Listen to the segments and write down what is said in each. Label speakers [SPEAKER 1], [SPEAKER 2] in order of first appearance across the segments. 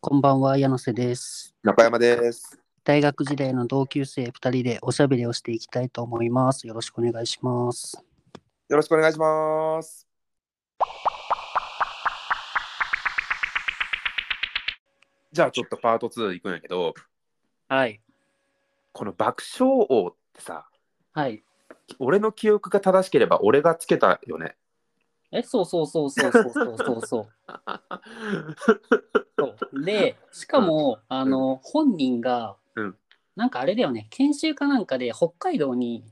[SPEAKER 1] こんばんは、柳瀬です。
[SPEAKER 2] 中山です。
[SPEAKER 1] 大学時代の同級生2人でおしゃべりをしていきたいと思います。よろしくお願いします。
[SPEAKER 2] よろしくお願いします。じゃあちょっとパート2いくんやけど、
[SPEAKER 1] はい。
[SPEAKER 2] この爆笑王ってさ、
[SPEAKER 1] はい。
[SPEAKER 2] 俺の記憶が正しければ俺がつけたよね。
[SPEAKER 1] え、そうそうそうそうそうそうそう そう。そうで、しかも、あの、本人が、
[SPEAKER 2] うん
[SPEAKER 1] なんかあれだよね、研修かなんかで北海道に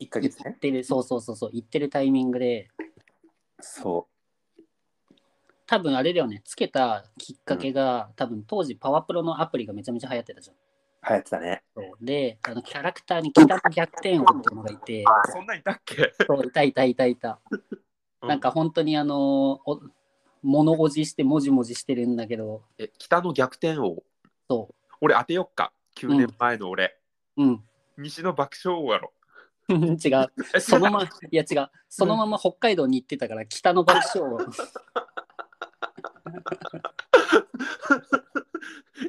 [SPEAKER 2] 1ヶ
[SPEAKER 1] 行
[SPEAKER 2] 月ね
[SPEAKER 1] っ。てる、そうそうそうそう、行ってるタイミングで、
[SPEAKER 2] そ
[SPEAKER 1] 多分あれだよね、つけたきっかけが、多分当時パワプロのアプリがめちゃめちゃ流行ってたじゃん。
[SPEAKER 2] う。流行ってたね。
[SPEAKER 1] そうで、あのキャラクターに北の逆転王っていうのがいて、
[SPEAKER 2] そんなんいたっけ
[SPEAKER 1] そういたいたいたいた。
[SPEAKER 2] うん
[SPEAKER 1] なんか本当にあのお物おじしてもじもじしてるんだけど、
[SPEAKER 2] え北の逆転王。
[SPEAKER 1] そ
[SPEAKER 2] 俺当てよっか。9年前の俺。
[SPEAKER 1] う、うん、
[SPEAKER 2] 西の爆笑王やろ。
[SPEAKER 1] 違う、
[SPEAKER 2] え
[SPEAKER 1] そのまま、いや違う、そのまま北海道に行ってたから、北の爆笑 王、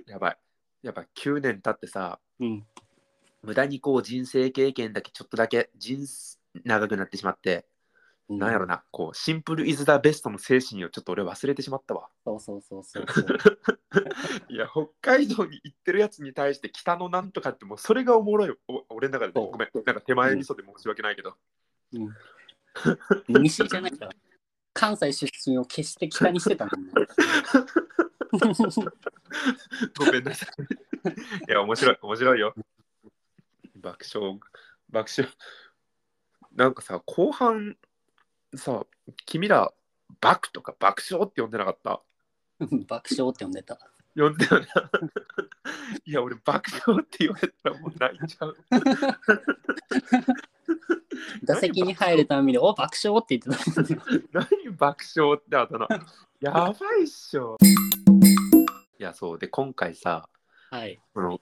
[SPEAKER 2] やばい。やばい。9年経ってさ、
[SPEAKER 1] うん、
[SPEAKER 2] 無駄にこう人生経験だけちょっとだけ人生長くなってしまって、なんやろな、こうシンプルイズダベストの精神をちょっと俺忘れてしまったわ。
[SPEAKER 1] そうそうそうそうそう、
[SPEAKER 2] いや、北海道に行ってるやつに対して北のなんとかってもうそれがおもろいよ。お俺の中で、
[SPEAKER 1] そう
[SPEAKER 2] ごめん、なんか手前味噌で申し訳ないけど。
[SPEAKER 1] うん、西じゃないから、関西出身を決して北にしてたもんね。
[SPEAKER 2] ごめんなさい。 いや、面白い、面白いよ。爆笑、爆笑。なんかさ、後半さ、君ら、爆とか爆笑って呼んでなかった
[SPEAKER 1] 爆笑って呼んでた。
[SPEAKER 2] 呼んだよな。 いや、俺、爆笑って言われたらもう泣いちゃう。
[SPEAKER 1] 打席に入るたびに、お爆笑って言ってたもんね。
[SPEAKER 2] 何爆笑ってあだ名。やばいっしょ。いや、そう。で、今回さ、
[SPEAKER 1] はい。
[SPEAKER 2] この、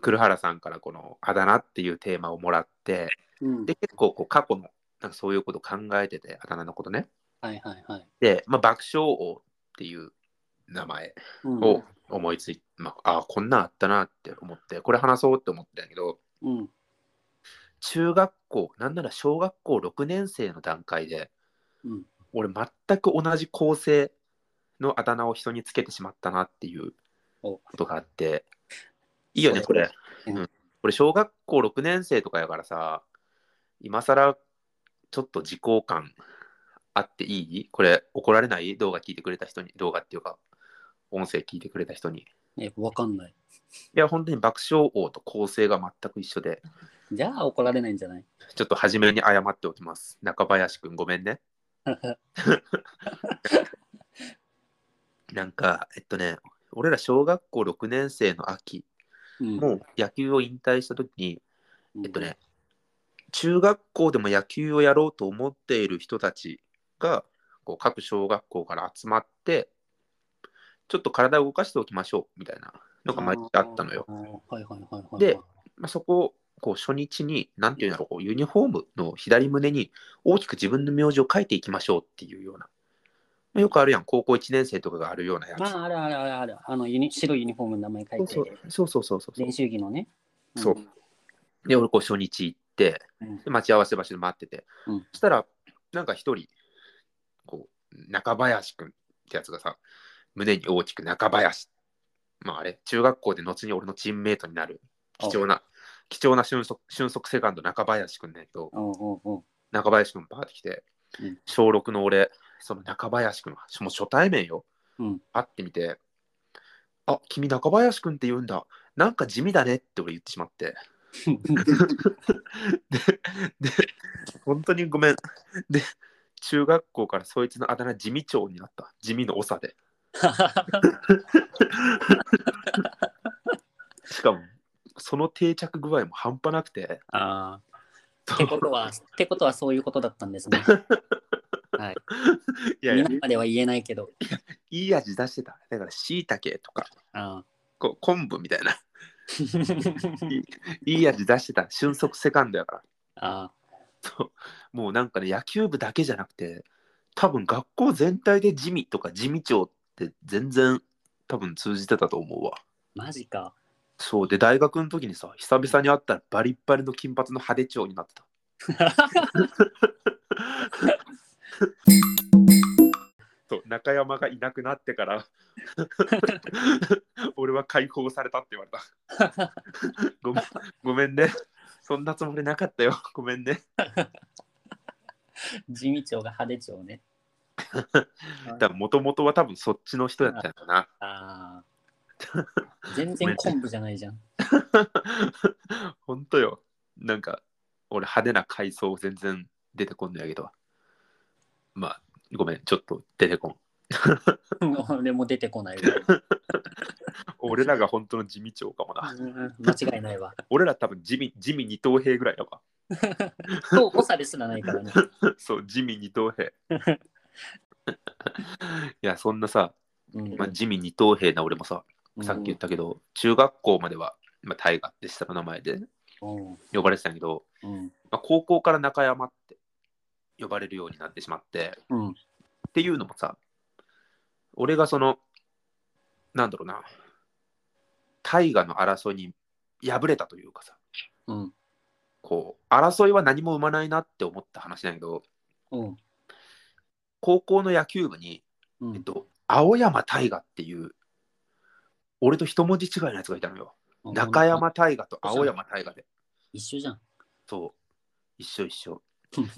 [SPEAKER 2] 黒原さんからこのあだ名っていうテーマをもらって、
[SPEAKER 1] うん、
[SPEAKER 2] で、結構こう過去の、なんかそういうこと考えてて、あだ名のことね。
[SPEAKER 1] はいはいはい。
[SPEAKER 2] で、まあ、爆笑王っていう名前
[SPEAKER 1] うん
[SPEAKER 2] を思いついて、まあ、あーこんなんあったなって思って、これ話そうって思ってたんやけど、
[SPEAKER 1] うん、
[SPEAKER 2] 中学校なんなら小学校6年生の段階で、
[SPEAKER 1] うん
[SPEAKER 2] 俺全く同じ構成のあだ名を人につけてしまったなっていう
[SPEAKER 1] お
[SPEAKER 2] ことがあっていいよね
[SPEAKER 1] そ
[SPEAKER 2] こ
[SPEAKER 1] うだ
[SPEAKER 2] れ
[SPEAKER 1] ね、う
[SPEAKER 2] う、
[SPEAKER 1] ん
[SPEAKER 2] 俺小学校6年生とかやからさ今更ちょっと時効感あっていいこれ怒られない動画聞いてくれた人に動画っていうか音声聞いてくれた人にい
[SPEAKER 1] え、わかんない。
[SPEAKER 2] や本当に爆笑王と構成が全く一緒で
[SPEAKER 1] じゃあ怒られないんじゃない
[SPEAKER 2] ちょっと初めに謝っておきます中林くんごめんねなんか、えっとね、俺ら小学校6年生の秋、
[SPEAKER 1] うん
[SPEAKER 2] もう野球を引退した時に、
[SPEAKER 1] うん
[SPEAKER 2] えっとね、中学校でも野球をやろうと思っている人たちが、こう各小学校から集まって、ちょっと体を動かしておきましょうみたいなのが毎日あったのよ。
[SPEAKER 1] あーはいはいはいはい。
[SPEAKER 2] で、まあ、そこをこう初日に、なんていうんだろう、こうユニフォームの左胸に大きく自分の名字を書いていきましょうっていうような。まあよくあるやん、高校1年生とかがあるようなやつ。
[SPEAKER 1] まあ、あるあるあるある。あのユニ、白いユニフォームの名前書いて、
[SPEAKER 2] そうそうそうそうそうそう
[SPEAKER 1] 練習着のね。
[SPEAKER 2] そうで、俺、こう、初日行って、
[SPEAKER 1] うん
[SPEAKER 2] で待ち合わせ場所で待ってて、
[SPEAKER 1] うん
[SPEAKER 2] そしたら、なんか一人、こう、中林くんってやつがさ、胸に大きく中林。まあ、あれ、中学校で後に俺のチームメイトになる、貴重な、貴重な俊足、俊足セカンド中林くんねんけど、
[SPEAKER 1] うん。おうおう おう
[SPEAKER 2] 中林くんパーって来て、
[SPEAKER 1] うん
[SPEAKER 2] 小6の俺、その中林くんは、もう初対面よ。
[SPEAKER 1] うん
[SPEAKER 2] 会ってみて、あ、君中林くんって言うんだ。なんか地味だねって俺言ってしまって。で、で、本当にごめん。で、中学校からそいつのあだ名地味長になった。地味の長で。しかも、その定着具合も半端なく て。
[SPEAKER 1] あーってことは、ってことはそういうことだったん ですね。
[SPEAKER 2] いや
[SPEAKER 1] みん
[SPEAKER 2] いや
[SPEAKER 1] な、までは言えないけど。
[SPEAKER 2] いい味出してた。だから、しいたけとか、
[SPEAKER 1] あ
[SPEAKER 2] こう昆布みたいな。
[SPEAKER 1] ー
[SPEAKER 2] いい味出してた。俊足セカンドやから。
[SPEAKER 1] あ
[SPEAKER 2] そうもうなんかね、野球部だけじゃなくて、多分学校全体で地味とか地味長って全然多分通じてたと思うわ。
[SPEAKER 1] マジか。
[SPEAKER 2] そうで、大学の時にさ、久々に会ったらバリッバリの金髪の派手長になってた。そう中山がいなくなってから 俺は解放されたって言われたごめんごめんねそんなつもりなかったよごめんね
[SPEAKER 1] 地味長が派手長ね。
[SPEAKER 2] だもともとは多分そっちの人だったんだな
[SPEAKER 1] ああ。全然昆布じゃないじゃん。
[SPEAKER 2] 本当よなんか俺派手な階層全然出てこんのやけどまあごめんちょっと出てこ ん
[SPEAKER 1] 俺も出てこないわ。
[SPEAKER 2] 俺らが本当の地味長か も な
[SPEAKER 1] うん間違いないわ。
[SPEAKER 2] 俺ら多分地味地味二等兵ぐらいだわ
[SPEAKER 1] そう、誤差ですらないからね。
[SPEAKER 2] そう、地味二等兵。 いや、そんなさ、
[SPEAKER 1] うん
[SPEAKER 2] まあ、地味二等兵な俺もさ、さっき言ったけど、中学校までは、まあ、大河って下の名前で
[SPEAKER 1] うん
[SPEAKER 2] 呼ばれてたんやけど、
[SPEAKER 1] うん
[SPEAKER 2] まあ、高校から中山って呼ばれるようになってしまって、
[SPEAKER 1] うん
[SPEAKER 2] っていうのもさ、俺がその、なんだろうな、大河の争いに敗れたというかさ、
[SPEAKER 1] うん
[SPEAKER 2] こう、争いは何も生まないなって思った話なんやけど、
[SPEAKER 1] うん
[SPEAKER 2] 高校の野球部に、
[SPEAKER 1] うん
[SPEAKER 2] えっと、青山大河っていう、俺と一文字違いのやつがいたのよ。
[SPEAKER 1] うん
[SPEAKER 2] 中山大河と青山大河で。
[SPEAKER 1] 一緒じゃ ん。
[SPEAKER 2] そう。一緒一緒。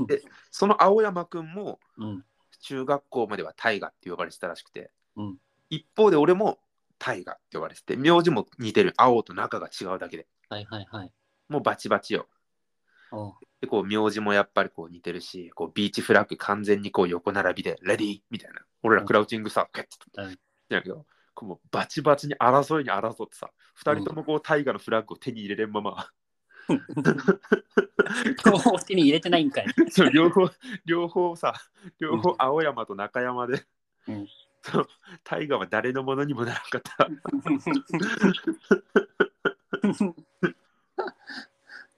[SPEAKER 2] でその青山くんも
[SPEAKER 1] うん
[SPEAKER 2] 中学校までは大河って呼ばれてたらしくて、
[SPEAKER 1] うん
[SPEAKER 2] 一方で俺も大河って呼ばれてて、名字も似てる。青と中が違うだけで。
[SPEAKER 1] はいはいはい。
[SPEAKER 2] もうバチバチよ。
[SPEAKER 1] おう
[SPEAKER 2] で、こう、名字もやっぱりこう似てるし、こう、ビーチフラッグ完全にこう横並びで、レディーみたいな。俺らクラウチングさ、ガッと。
[SPEAKER 1] うん
[SPEAKER 2] やけど、こうもうバチバチに争いに争ってさ、二人ともこう、大河のフラッグを手に入れれんまま、
[SPEAKER 1] お手に入れてないん かい。
[SPEAKER 2] そう両方、両方さ、両方青山と中山で、
[SPEAKER 1] うん
[SPEAKER 2] そう大河は誰のものにもならなかった。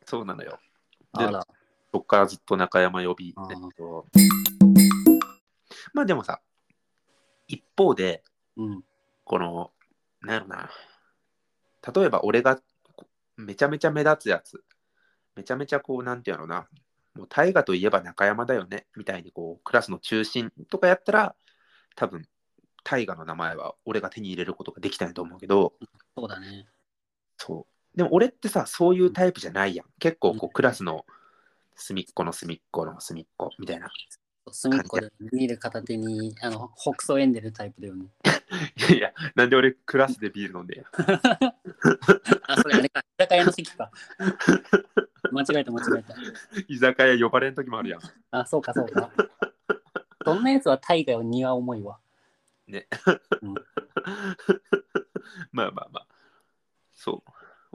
[SPEAKER 2] そうなのよ。で
[SPEAKER 1] あら。
[SPEAKER 2] そっからずっと中山呼び、
[SPEAKER 1] あー
[SPEAKER 2] えっとまあでもさ、一方で、
[SPEAKER 1] うん
[SPEAKER 2] この、なんやろな。例えば俺がこめちゃめちゃ目立つやつ。めちゃめちゃこう、なんていうのな。もう大河といえば中山だよね。みたいにこう、クラスの中心とかやったら、多分、大河の名前は俺が手に入れることができたんやと思うけど、
[SPEAKER 1] そうだね。
[SPEAKER 2] そう。でも俺ってさ、そういうタイプじゃないやん。結構
[SPEAKER 1] う
[SPEAKER 2] こ
[SPEAKER 1] ん
[SPEAKER 2] う、クラスの隅っこの隅っこの隅っこみたいな。
[SPEAKER 1] 隅っこでビール片手にあの北総エンデルタイプだよね。
[SPEAKER 2] いやいや、なんで俺クラスでビール飲ん でんや。
[SPEAKER 1] あ、それあれか。居酒屋の席 か。間違えた間違えた。
[SPEAKER 2] 居酒屋呼ばれん時もあるやん。
[SPEAKER 1] あ、そうかそうか。どんなやつは大河を荷は重いわ。
[SPEAKER 2] まあまあまあ。そう。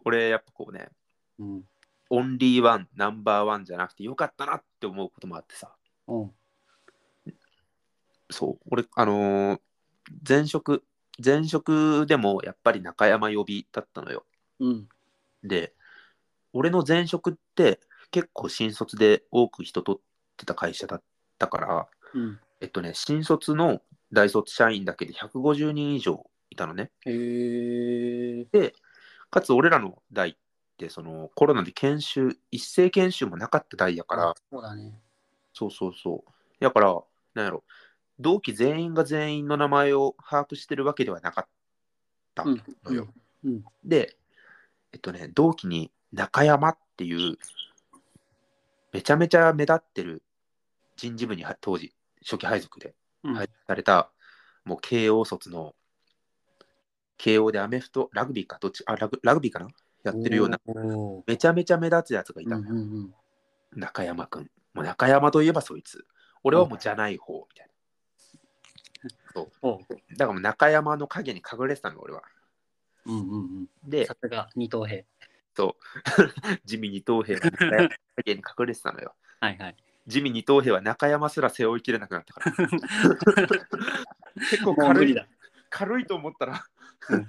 [SPEAKER 2] 俺、やっぱこうね、
[SPEAKER 1] うん。
[SPEAKER 2] オンリーワン、ナンバーワンじゃなくてよかったなって思うこともあってさ。
[SPEAKER 1] うん。
[SPEAKER 2] そう。俺、あのー前職、前職でもやっぱり中山呼びだったのよ。
[SPEAKER 1] うん。
[SPEAKER 2] で、俺の前職って結構新卒で多く人取ってた会社だったから、
[SPEAKER 1] うん。
[SPEAKER 2] えっとね、新卒の大卒社員だけで150人以上いたのね。
[SPEAKER 1] へえ。
[SPEAKER 2] かつ俺らの代ってそのコロナで研修一斉研修もなかった代やから、
[SPEAKER 1] そうだね。
[SPEAKER 2] そうそうそうだからなんやろ同期全員が全員の名前を把握してるわけではなかった
[SPEAKER 1] うん
[SPEAKER 2] のよ、
[SPEAKER 1] うん
[SPEAKER 2] でえっとね同期に中山っていうめちゃめちゃ目立ってる人事部には当時初期配属で
[SPEAKER 1] うん
[SPEAKER 2] 配属された、もう慶応卒の慶応でアメフトラグビーかどっちあラグラグビーかなやってるような
[SPEAKER 1] おー
[SPEAKER 2] めちゃめちゃ目立つやつがい
[SPEAKER 1] うん
[SPEAKER 2] た、
[SPEAKER 1] うんうん。
[SPEAKER 2] 中山くんもう中山といえばそいつ俺はもうじゃない方みたい
[SPEAKER 1] おう。
[SPEAKER 2] なだからもう中山の影に隠れてたの俺は
[SPEAKER 1] うんうんうん。
[SPEAKER 2] で
[SPEAKER 1] さすが二等兵。
[SPEAKER 2] 地味二等兵は中山 の影に隠れてたのよ
[SPEAKER 1] はいはい。
[SPEAKER 2] 地味二等兵は中山すら背負いきれなくなったから 結構
[SPEAKER 1] もう無
[SPEAKER 2] 軽
[SPEAKER 1] 理
[SPEAKER 2] い
[SPEAKER 1] だ。
[SPEAKER 2] 軽いと思ったら
[SPEAKER 1] うん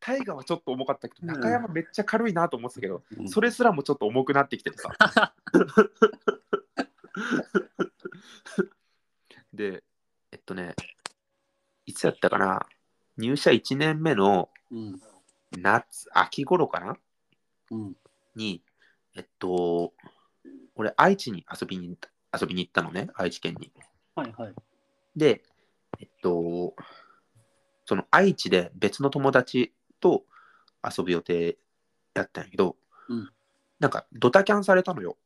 [SPEAKER 2] 大河はちょっと重かったけど
[SPEAKER 1] うん
[SPEAKER 2] 中山めっちゃ軽いなと思ってたけど、
[SPEAKER 1] うん
[SPEAKER 2] それすらもちょっと重くなってきててさ でえっとねいつやったかな入社1年目の
[SPEAKER 1] うん。
[SPEAKER 2] 夏、秋頃かな
[SPEAKER 1] うん。
[SPEAKER 2] に、えっと、俺、愛知に遊びに行った遊びに行ったのね、愛知県に。
[SPEAKER 1] はいはい。
[SPEAKER 2] で、えっと、その愛知で別の友達と遊ぶ予定だったんやけど、
[SPEAKER 1] うん
[SPEAKER 2] なんかドタキャンされたのよ。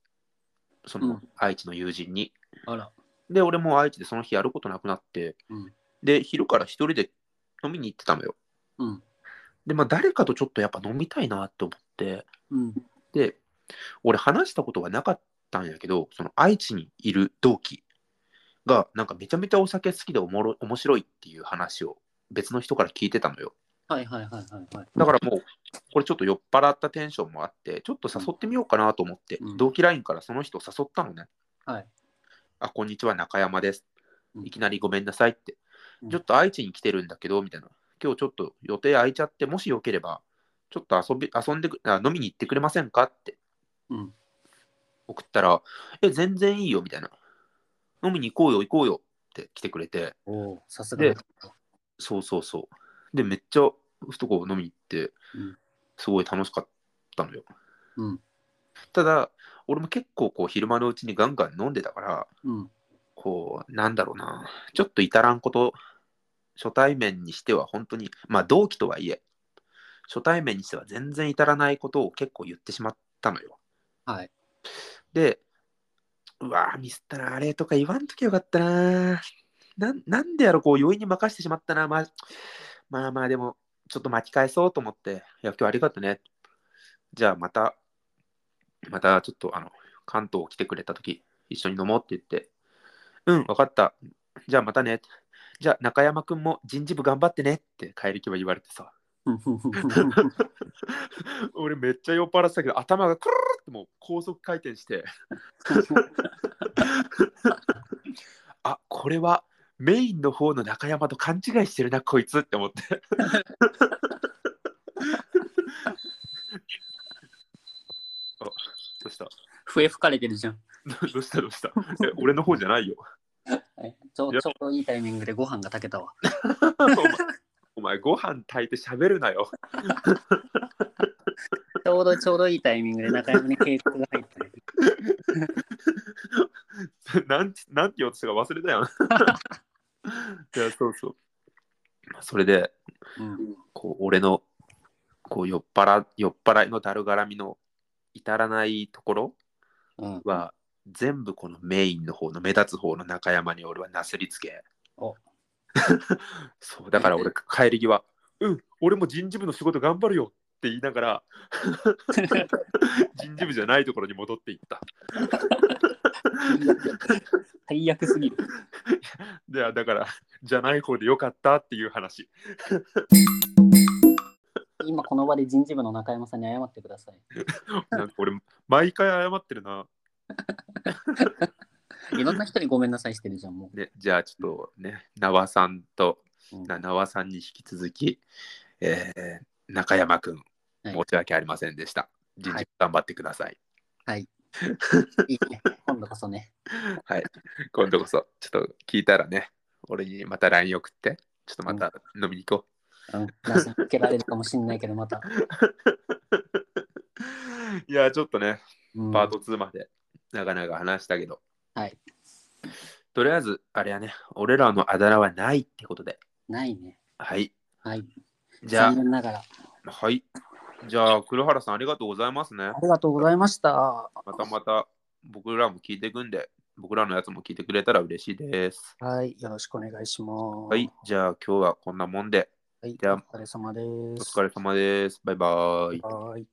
[SPEAKER 2] そうの
[SPEAKER 1] ん
[SPEAKER 2] 愛知の友人に。
[SPEAKER 1] あら。
[SPEAKER 2] で、俺も愛知でその日やることなくなって、
[SPEAKER 1] うん
[SPEAKER 2] で、昼から一人で飲みに行ってたのよ。
[SPEAKER 1] うん。
[SPEAKER 2] で、まあ誰かとちょっとやっぱ飲みたいなって思って、
[SPEAKER 1] うん。
[SPEAKER 2] で、俺話したことがなかったんやけど、その愛知にいる同期が、なんかめちゃめちゃお酒好きでおもろ面白いっていう話を別の人から聞いてたのよ。
[SPEAKER 1] はいはいはいはいはい。
[SPEAKER 2] だからもう、これちょっと酔っ払ったテンションもあって、ちょっと誘ってみようかなと思って、
[SPEAKER 1] うん
[SPEAKER 2] 同期ラインからその人を誘ったのね。
[SPEAKER 1] はい。
[SPEAKER 2] あ、こんにちは、中山です
[SPEAKER 1] う。ん
[SPEAKER 2] いきなりごめんなさいって。
[SPEAKER 1] うん
[SPEAKER 2] ちょっと愛知に来てるんだけど、みたいな。今日ちょっと予定空いちゃって、もしよければ、ちょっと遊び遊んでくあ飲みに行ってくれませんかって
[SPEAKER 1] うん。
[SPEAKER 2] 送ったら、え、全然いいよ、みたいな。飲みに行こうよ、行こうよって来てくれて、
[SPEAKER 1] おお、さすがだ
[SPEAKER 2] でそうそうそう。で、めっちゃ、ふとこう飲みに行って
[SPEAKER 1] うん、
[SPEAKER 2] すごい楽しかったのよ。
[SPEAKER 1] うん。
[SPEAKER 2] ただ、俺も結構こう昼間のうちにガンガン飲んでたから、
[SPEAKER 1] うん。
[SPEAKER 2] こう、なんだろうな、ちょっと至らんこと、初対面にしては本当に、まあ同期とはいえ、初対面にしては全然至らないことを結構言ってしまったのよ。
[SPEAKER 1] はい。
[SPEAKER 2] で、うわーミスったな、あれとか言わんときゃよかったな。なんなんでやろ、こう、余韻に任せてしまったな。まあ、まあまあ、でも、ちょっと巻き返そうと思って、いや、今日ありがとね。じゃあ、また、また、ちょっと、あの、関東来てくれたとき、一緒に飲もうって言って、うん、わかった。じゃあ、またね。じゃあ、中山くんも人事部頑張ってねって帰り際言われてさ。 俺めっちゃ酔っ払ってたけど頭がクルルルってもう高速回転してあこれはメインの方の中山と勘違いしてるなこいつって思って あどうした
[SPEAKER 1] 笛吹かれてるじゃん。
[SPEAKER 2] どうしたどうしたえ俺の方じゃないよ
[SPEAKER 1] はいちょ
[SPEAKER 2] いや
[SPEAKER 1] ちょうどいいタイミングでご飯が炊けたわ。
[SPEAKER 2] お前お前ご飯炊いて喋るなよ
[SPEAKER 1] ちょうどちょうどいいタイミングで中山に警告が入ってる。
[SPEAKER 2] なんてなんて 言おうとしたか忘れたよ。いや、そうそう。それで、
[SPEAKER 1] うん。
[SPEAKER 2] こう、俺の、こう、酔っ払、酔っ払いのだるがらみの至らないところ
[SPEAKER 1] うん。
[SPEAKER 2] は、全部このメインの方の目立つ方の中山に俺はなすりつけ
[SPEAKER 1] お。
[SPEAKER 2] そう、だから俺、帰り際、うん、俺も人事部の仕事頑張るよって言いながら、人事部じゃないところに戻っていった。
[SPEAKER 1] 最悪すぎる。
[SPEAKER 2] いやだからじゃない方でよかったっていう話
[SPEAKER 1] 今この場で人事部の中山さんに謝ってください。
[SPEAKER 2] なんか俺毎回謝ってるない
[SPEAKER 1] ろんな人にごめんなさいしてるじゃん、も
[SPEAKER 2] ねじゃあちょっとね縄さんと
[SPEAKER 1] う。うん
[SPEAKER 2] な縄さんに引き続き、えー中山くん
[SPEAKER 1] はい
[SPEAKER 2] 申し訳ありませんでした、人
[SPEAKER 1] は
[SPEAKER 2] 事
[SPEAKER 1] い
[SPEAKER 2] 頑張ってください
[SPEAKER 1] いいね。今度こそね。
[SPEAKER 2] はい、今度こそちょっと聞いたらね俺にまた LINE 送ってちょっとまた飲みに行こ
[SPEAKER 1] うん。なし受けられるかもしんないけど、また。
[SPEAKER 2] う、いやちょっとね
[SPEAKER 1] うん
[SPEAKER 2] パート2まで長々話したけど、
[SPEAKER 1] はい
[SPEAKER 2] とりあえずあれやね俺らのあだ名はないってことで
[SPEAKER 1] ないね。
[SPEAKER 2] はい
[SPEAKER 1] はい。
[SPEAKER 2] じゃ
[SPEAKER 1] 残念ながら。
[SPEAKER 2] あはいじゃあ黒原さんありがとうございますね
[SPEAKER 1] ありがとうございました。
[SPEAKER 2] またまた僕らも聞いていくんで僕らのやつも聞いてくれたら嬉しいです
[SPEAKER 1] はい。よろしくお願いします。
[SPEAKER 2] はい。じゃあ今日はこんなもんで
[SPEAKER 1] はい、
[SPEAKER 2] じゃあ
[SPEAKER 1] お疲れ様で
[SPEAKER 2] お
[SPEAKER 1] す。
[SPEAKER 2] 疲れ様ですバイバーイ
[SPEAKER 1] はい。